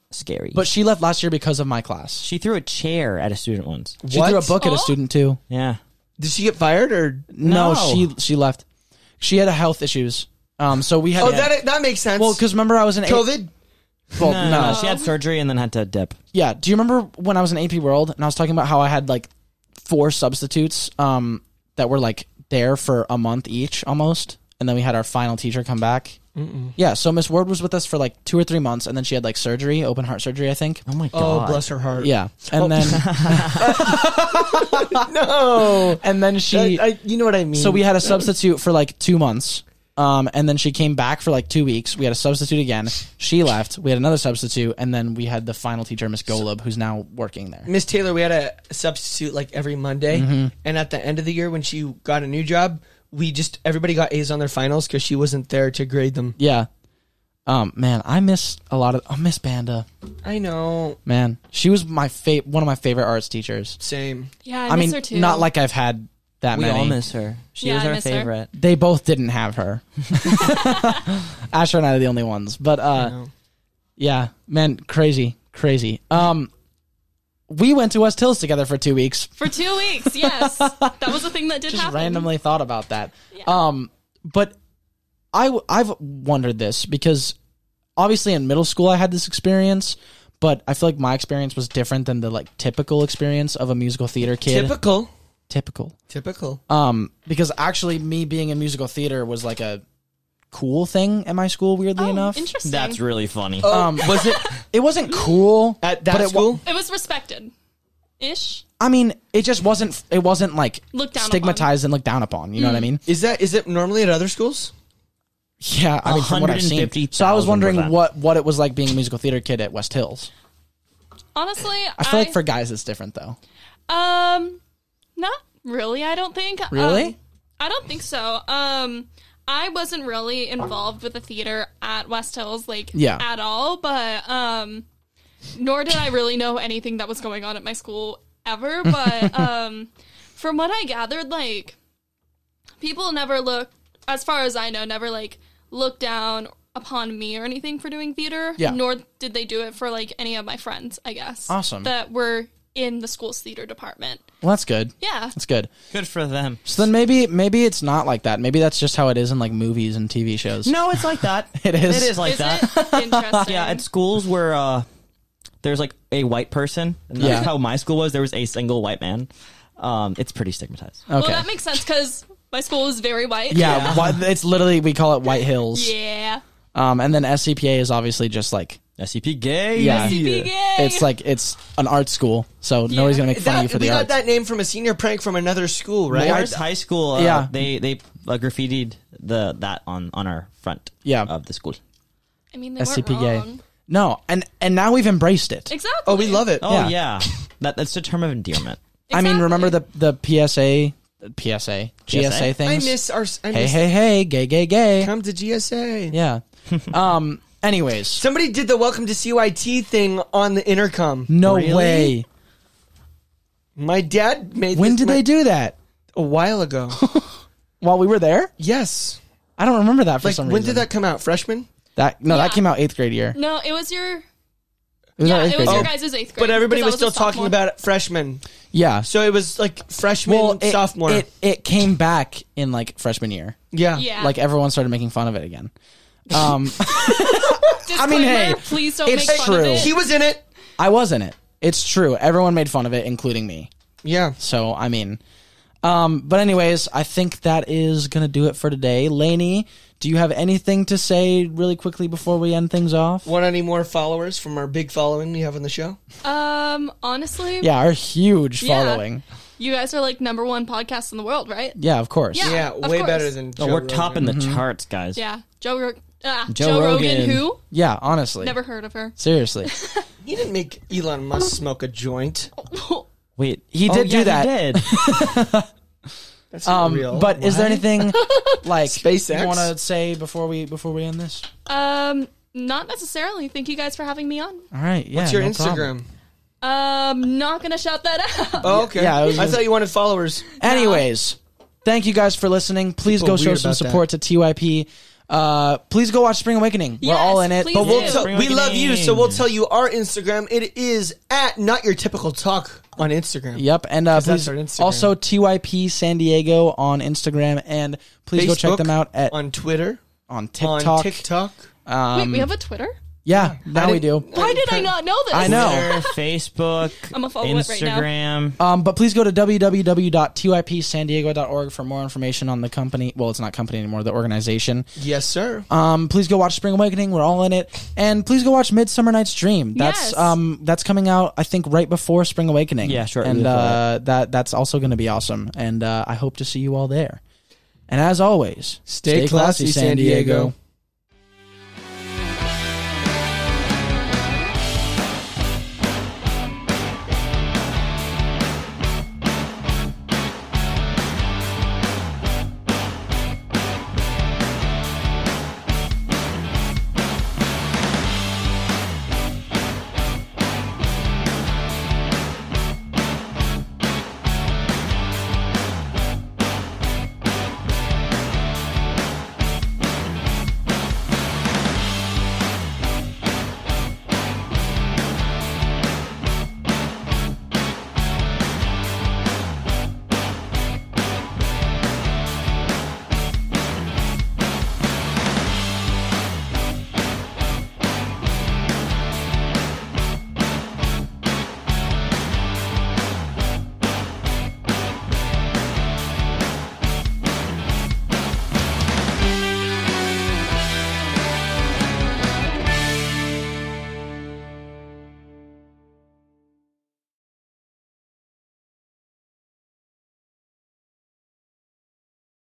[SPEAKER 4] scary.
[SPEAKER 2] But she left last year because of my class.
[SPEAKER 4] she threw a chair at a student once.
[SPEAKER 2] She threw a
[SPEAKER 1] What?
[SPEAKER 2] book at
[SPEAKER 3] Oh.
[SPEAKER 2] a student too.
[SPEAKER 4] Yeah.
[SPEAKER 1] Did she get fired or?
[SPEAKER 2] No,
[SPEAKER 4] No.
[SPEAKER 2] she she left. She had a health issues. Um, so we had.
[SPEAKER 1] Oh, that that makes sense.
[SPEAKER 2] well, because remember I was in A-
[SPEAKER 1] COVID.
[SPEAKER 2] well,
[SPEAKER 4] No,
[SPEAKER 2] Oh, no.
[SPEAKER 4] no, she had surgery and then had to dip.
[SPEAKER 2] Yeah. Do you remember when I was in AP World and I was talking about how I had like four substitutes um, that were like there for a month each almost, and then we had our final teacher come back. Yeah. So Miss Ward was with us for like two or three months, and then she had like surgery, open heart surgery, I think.
[SPEAKER 4] Oh my
[SPEAKER 1] Oh,
[SPEAKER 4] god.
[SPEAKER 1] bless her heart.
[SPEAKER 2] Yeah. And then
[SPEAKER 1] No.
[SPEAKER 2] and then she.
[SPEAKER 1] I, I- you know what I mean.
[SPEAKER 2] so we had a substitute for like two months. Um, and then she came back for like two weeks. We had a substitute again. She left. We had another substitute, and then we had the final teacher, Miss Golub, who's now working there.
[SPEAKER 1] Miss Taylor, we had a substitute like every Monday,
[SPEAKER 2] Mm-hmm.
[SPEAKER 1] and at the end of the year when she got a new job, we just everybody got A's on their finals because she wasn't there to grade them.
[SPEAKER 2] Yeah. Um, man, I miss a lot of. I miss Banda.
[SPEAKER 1] I know.
[SPEAKER 2] Man, she was my fa- one of my favorite arts teachers.
[SPEAKER 1] Same.
[SPEAKER 3] Yeah, I,
[SPEAKER 2] I,
[SPEAKER 3] miss
[SPEAKER 2] mean,
[SPEAKER 3] her too.
[SPEAKER 2] not like I've had that
[SPEAKER 4] we
[SPEAKER 2] many.
[SPEAKER 4] all miss her. She
[SPEAKER 3] Yeah,
[SPEAKER 4] was
[SPEAKER 3] I
[SPEAKER 4] our
[SPEAKER 3] miss her.
[SPEAKER 4] favorite.
[SPEAKER 2] they both didn't have her. Asher and I are the only ones. But
[SPEAKER 1] I
[SPEAKER 2] uh,
[SPEAKER 1] know.
[SPEAKER 2] yeah, man, crazy, crazy. Um, we went to West Hills together for two weeks.
[SPEAKER 3] for two weeks. Yes, that was a thing that did
[SPEAKER 2] Just
[SPEAKER 3] happen.
[SPEAKER 2] randomly thought about that.
[SPEAKER 3] Yeah.
[SPEAKER 2] Um, but I w- I've wondered this because obviously in middle school I had this experience, but I feel like my experience was different than the like typical experience of a musical theater kid.
[SPEAKER 1] Typical.
[SPEAKER 2] typical.
[SPEAKER 1] Typical.
[SPEAKER 2] Um, because actually me being in musical theater was like a cool thing at my school. Weirdly
[SPEAKER 3] Oh,
[SPEAKER 2] enough,
[SPEAKER 3] interesting.
[SPEAKER 4] That's really funny.
[SPEAKER 2] um, was it? It wasn't cool
[SPEAKER 1] At that
[SPEAKER 2] but it wa-
[SPEAKER 1] school,
[SPEAKER 3] it was respected, ish.
[SPEAKER 2] I mean, it just wasn't. It wasn't like
[SPEAKER 3] Looked down upon. Mm.
[SPEAKER 2] stigmatized and looked down upon. You know what I mean?
[SPEAKER 1] is that is it normally at other schools?
[SPEAKER 2] Yeah, I mean, from what I've seen.
[SPEAKER 4] 150,000%.
[SPEAKER 2] So I was wondering what what it was like being a musical theater kid at West Hills.
[SPEAKER 3] Honestly,
[SPEAKER 2] I feel like for guys it's different though.
[SPEAKER 3] um, not really. I don't think Um,
[SPEAKER 2] Really?
[SPEAKER 3] I don't think so. Um, I wasn't really involved with the theater at West Hills, like
[SPEAKER 2] Yeah.
[SPEAKER 3] at all. But um, nor did I really know anything that was going on at my school ever. But um, from what I gathered, like people never look, as far as I know, never like look down upon me or anything for doing theater.
[SPEAKER 2] Yeah.
[SPEAKER 3] Nor did they do it for like any of my friends. I guess.
[SPEAKER 2] Awesome.
[SPEAKER 3] That were in the school's theater department.
[SPEAKER 2] Well, that's good.
[SPEAKER 3] Yeah.
[SPEAKER 2] That's good.
[SPEAKER 4] Good for them.
[SPEAKER 2] So then maybe maybe it's not like that. Maybe that's just how it is in like movies and TV shows.
[SPEAKER 4] No, it's like that.
[SPEAKER 2] It is.
[SPEAKER 4] It is like
[SPEAKER 3] Is
[SPEAKER 4] that.
[SPEAKER 3] it interesting?
[SPEAKER 4] Yeah, at schools where uh, there's like a white person. And that's
[SPEAKER 2] Yeah.
[SPEAKER 4] how my school was. There was a single white man. Um, it's pretty stigmatized.
[SPEAKER 2] Okay.
[SPEAKER 3] Well, that makes sense because my school is very white.
[SPEAKER 2] yeah, why- it's literally we call it White Hills.
[SPEAKER 3] Yeah.
[SPEAKER 2] Um, and then SCPA is obviously just like
[SPEAKER 4] SCP E gay.
[SPEAKER 2] Yeah.
[SPEAKER 3] Be gay.
[SPEAKER 2] it's like it's an art school, so nobody's gonna make fun of you
[SPEAKER 1] That,
[SPEAKER 2] for
[SPEAKER 1] we
[SPEAKER 2] the
[SPEAKER 1] got
[SPEAKER 2] art.
[SPEAKER 1] that name from a senior prank from another school, right?
[SPEAKER 4] Morris High School. Uh,
[SPEAKER 2] Yeah.
[SPEAKER 4] they they uh, graffitied the that on on our front.
[SPEAKER 2] Yeah.
[SPEAKER 4] of the school.
[SPEAKER 3] I mean, they
[SPEAKER 2] SCP
[SPEAKER 3] weren't
[SPEAKER 2] gay.
[SPEAKER 3] wrong.
[SPEAKER 2] No, and and now we've embraced it.
[SPEAKER 3] Exactly.
[SPEAKER 1] Oh, we love it.
[SPEAKER 4] Oh
[SPEAKER 2] Yeah.
[SPEAKER 4] yeah, that that's a term of endearment.
[SPEAKER 2] I mean,
[SPEAKER 3] Exactly.
[SPEAKER 2] remember the the PSA, PSA, GSA
[SPEAKER 1] I
[SPEAKER 2] things.
[SPEAKER 1] miss our. s- I
[SPEAKER 2] hey,
[SPEAKER 1] miss
[SPEAKER 2] hey, hey, gay, gay, gay.
[SPEAKER 1] Come to GSA.
[SPEAKER 2] Yeah. um. Anyways,
[SPEAKER 1] Somebody did the welcome to CYT thing on the intercom.
[SPEAKER 2] no
[SPEAKER 4] Really?
[SPEAKER 2] way.
[SPEAKER 1] My dad made.
[SPEAKER 2] When
[SPEAKER 1] this
[SPEAKER 2] did
[SPEAKER 1] my-
[SPEAKER 2] they do that?
[SPEAKER 1] A while ago.
[SPEAKER 2] While we were there?
[SPEAKER 1] yes.
[SPEAKER 2] I don't remember that for
[SPEAKER 1] Like
[SPEAKER 2] some
[SPEAKER 1] when
[SPEAKER 2] reason.
[SPEAKER 1] did that come out? Freshman.
[SPEAKER 2] That no, that
[SPEAKER 3] Yeah.
[SPEAKER 2] came out eighth grade year.
[SPEAKER 3] No, it was your.
[SPEAKER 2] It was
[SPEAKER 3] Yeah,
[SPEAKER 2] our eighth
[SPEAKER 3] it
[SPEAKER 2] grade
[SPEAKER 3] was your
[SPEAKER 2] year.
[SPEAKER 3] guys' eighth grade.
[SPEAKER 1] But everybody
[SPEAKER 3] 'cause I
[SPEAKER 1] was still
[SPEAKER 3] a
[SPEAKER 1] talking
[SPEAKER 3] sophomore.
[SPEAKER 1] about it freshman.
[SPEAKER 2] Yeah.
[SPEAKER 1] So it was like freshman,
[SPEAKER 2] Well, it,
[SPEAKER 1] sophomore.
[SPEAKER 2] It it came back in like freshman year.
[SPEAKER 1] yeah.
[SPEAKER 3] Yeah.
[SPEAKER 2] Like everyone started making fun of it again. Um,
[SPEAKER 3] I
[SPEAKER 2] mean, hey,
[SPEAKER 3] please don't
[SPEAKER 2] it's
[SPEAKER 3] make fun of
[SPEAKER 2] true.
[SPEAKER 3] it.
[SPEAKER 1] He was in it.
[SPEAKER 2] I was in it. It's true. Everyone made fun of it, including me.
[SPEAKER 1] Yeah.
[SPEAKER 2] So I mean, um, but anyways, I think that is gonna do it for today. Lainey, do you have anything to say really quickly before we end things off?
[SPEAKER 1] Want any more followers from our big following we have on the show?
[SPEAKER 3] um, honestly,
[SPEAKER 2] Yeah, our huge
[SPEAKER 3] Yeah.
[SPEAKER 2] following.
[SPEAKER 3] you guys are like number one podcast in the world, right?
[SPEAKER 2] Yeah, of course.
[SPEAKER 3] Yeah.
[SPEAKER 1] Yeah,
[SPEAKER 3] of
[SPEAKER 1] way
[SPEAKER 3] course.
[SPEAKER 1] better than.
[SPEAKER 4] Oh,
[SPEAKER 1] Joe
[SPEAKER 4] we're
[SPEAKER 1] Rogan.
[SPEAKER 4] topping the charts, guys.
[SPEAKER 3] Yeah, Joe. Rog- Uh, Joe,
[SPEAKER 4] Joe
[SPEAKER 3] Rogan.
[SPEAKER 4] Rogan.
[SPEAKER 3] Who?
[SPEAKER 2] Yeah, honestly.
[SPEAKER 3] Never heard of her.
[SPEAKER 2] Seriously.
[SPEAKER 1] He didn't make Elon Musk smoke a joint.
[SPEAKER 4] Wait,
[SPEAKER 2] He
[SPEAKER 4] oh,
[SPEAKER 2] did do
[SPEAKER 4] yeah,
[SPEAKER 2] that.
[SPEAKER 4] He did.
[SPEAKER 1] That's not real.
[SPEAKER 2] Um, But is there
[SPEAKER 4] What?
[SPEAKER 2] anything like
[SPEAKER 1] SpaceX?
[SPEAKER 2] you want to say before we before we end this?
[SPEAKER 3] Um, Not necessarily. Thank you guys for having me on.
[SPEAKER 2] All right. Yeah.
[SPEAKER 1] What's your
[SPEAKER 2] no
[SPEAKER 1] Instagram?
[SPEAKER 2] problem.
[SPEAKER 3] Um, not gonna shout that out.
[SPEAKER 1] Oh, okay.
[SPEAKER 2] Yeah, I
[SPEAKER 1] I,
[SPEAKER 2] was just-
[SPEAKER 1] thought you wanted followers.
[SPEAKER 2] Anyways, thank you guys for listening. Please
[SPEAKER 1] People
[SPEAKER 2] go show
[SPEAKER 1] weird
[SPEAKER 2] some
[SPEAKER 1] about that.
[SPEAKER 2] support to TYP. Uh, please go watch Spring Awakening. We're
[SPEAKER 3] Yes,
[SPEAKER 2] all in it.
[SPEAKER 3] please
[SPEAKER 2] But
[SPEAKER 1] But
[SPEAKER 3] do.
[SPEAKER 2] we'll
[SPEAKER 1] we'll
[SPEAKER 3] Yeah.
[SPEAKER 1] tell-
[SPEAKER 3] Bring
[SPEAKER 1] we
[SPEAKER 2] it
[SPEAKER 1] love you,
[SPEAKER 2] in.
[SPEAKER 1] so we'll tell you our Instagram. It is at not your typical talk on Instagram.
[SPEAKER 2] Yep, and uh,
[SPEAKER 1] 'Cause that's
[SPEAKER 2] please
[SPEAKER 1] our Instagram.
[SPEAKER 2] also TYP San Diego on Instagram, and please go check
[SPEAKER 1] Facebook,
[SPEAKER 2] them out at on,
[SPEAKER 1] on Twitter,
[SPEAKER 2] TikTok. Um,
[SPEAKER 1] on TikTok.
[SPEAKER 3] Wait, we have a Twitter?
[SPEAKER 2] Yeah, now
[SPEAKER 1] I
[SPEAKER 2] we do.
[SPEAKER 1] didn't-
[SPEAKER 3] Why did I not know this?
[SPEAKER 2] I know.
[SPEAKER 5] Twitter, Facebook,
[SPEAKER 3] I'm gonna follow it right now.
[SPEAKER 5] Instagram.
[SPEAKER 2] Um, but please go to www.typsandiego.org for more information on the company. Well, it's not company anymore, the organization.
[SPEAKER 1] Yes, sir.
[SPEAKER 2] Um, please go watch Spring Awakening. We're all in it, and please go watch Midsummer Night's Dream. That's
[SPEAKER 3] Yes.
[SPEAKER 2] um, that's coming out I think right before Spring Awakening.
[SPEAKER 4] Yeah, shortly
[SPEAKER 2] And
[SPEAKER 4] before
[SPEAKER 2] uh, that that's also going to be awesome, and uh, I hope to see you all there. And as always,
[SPEAKER 1] Stay classy, San Diego.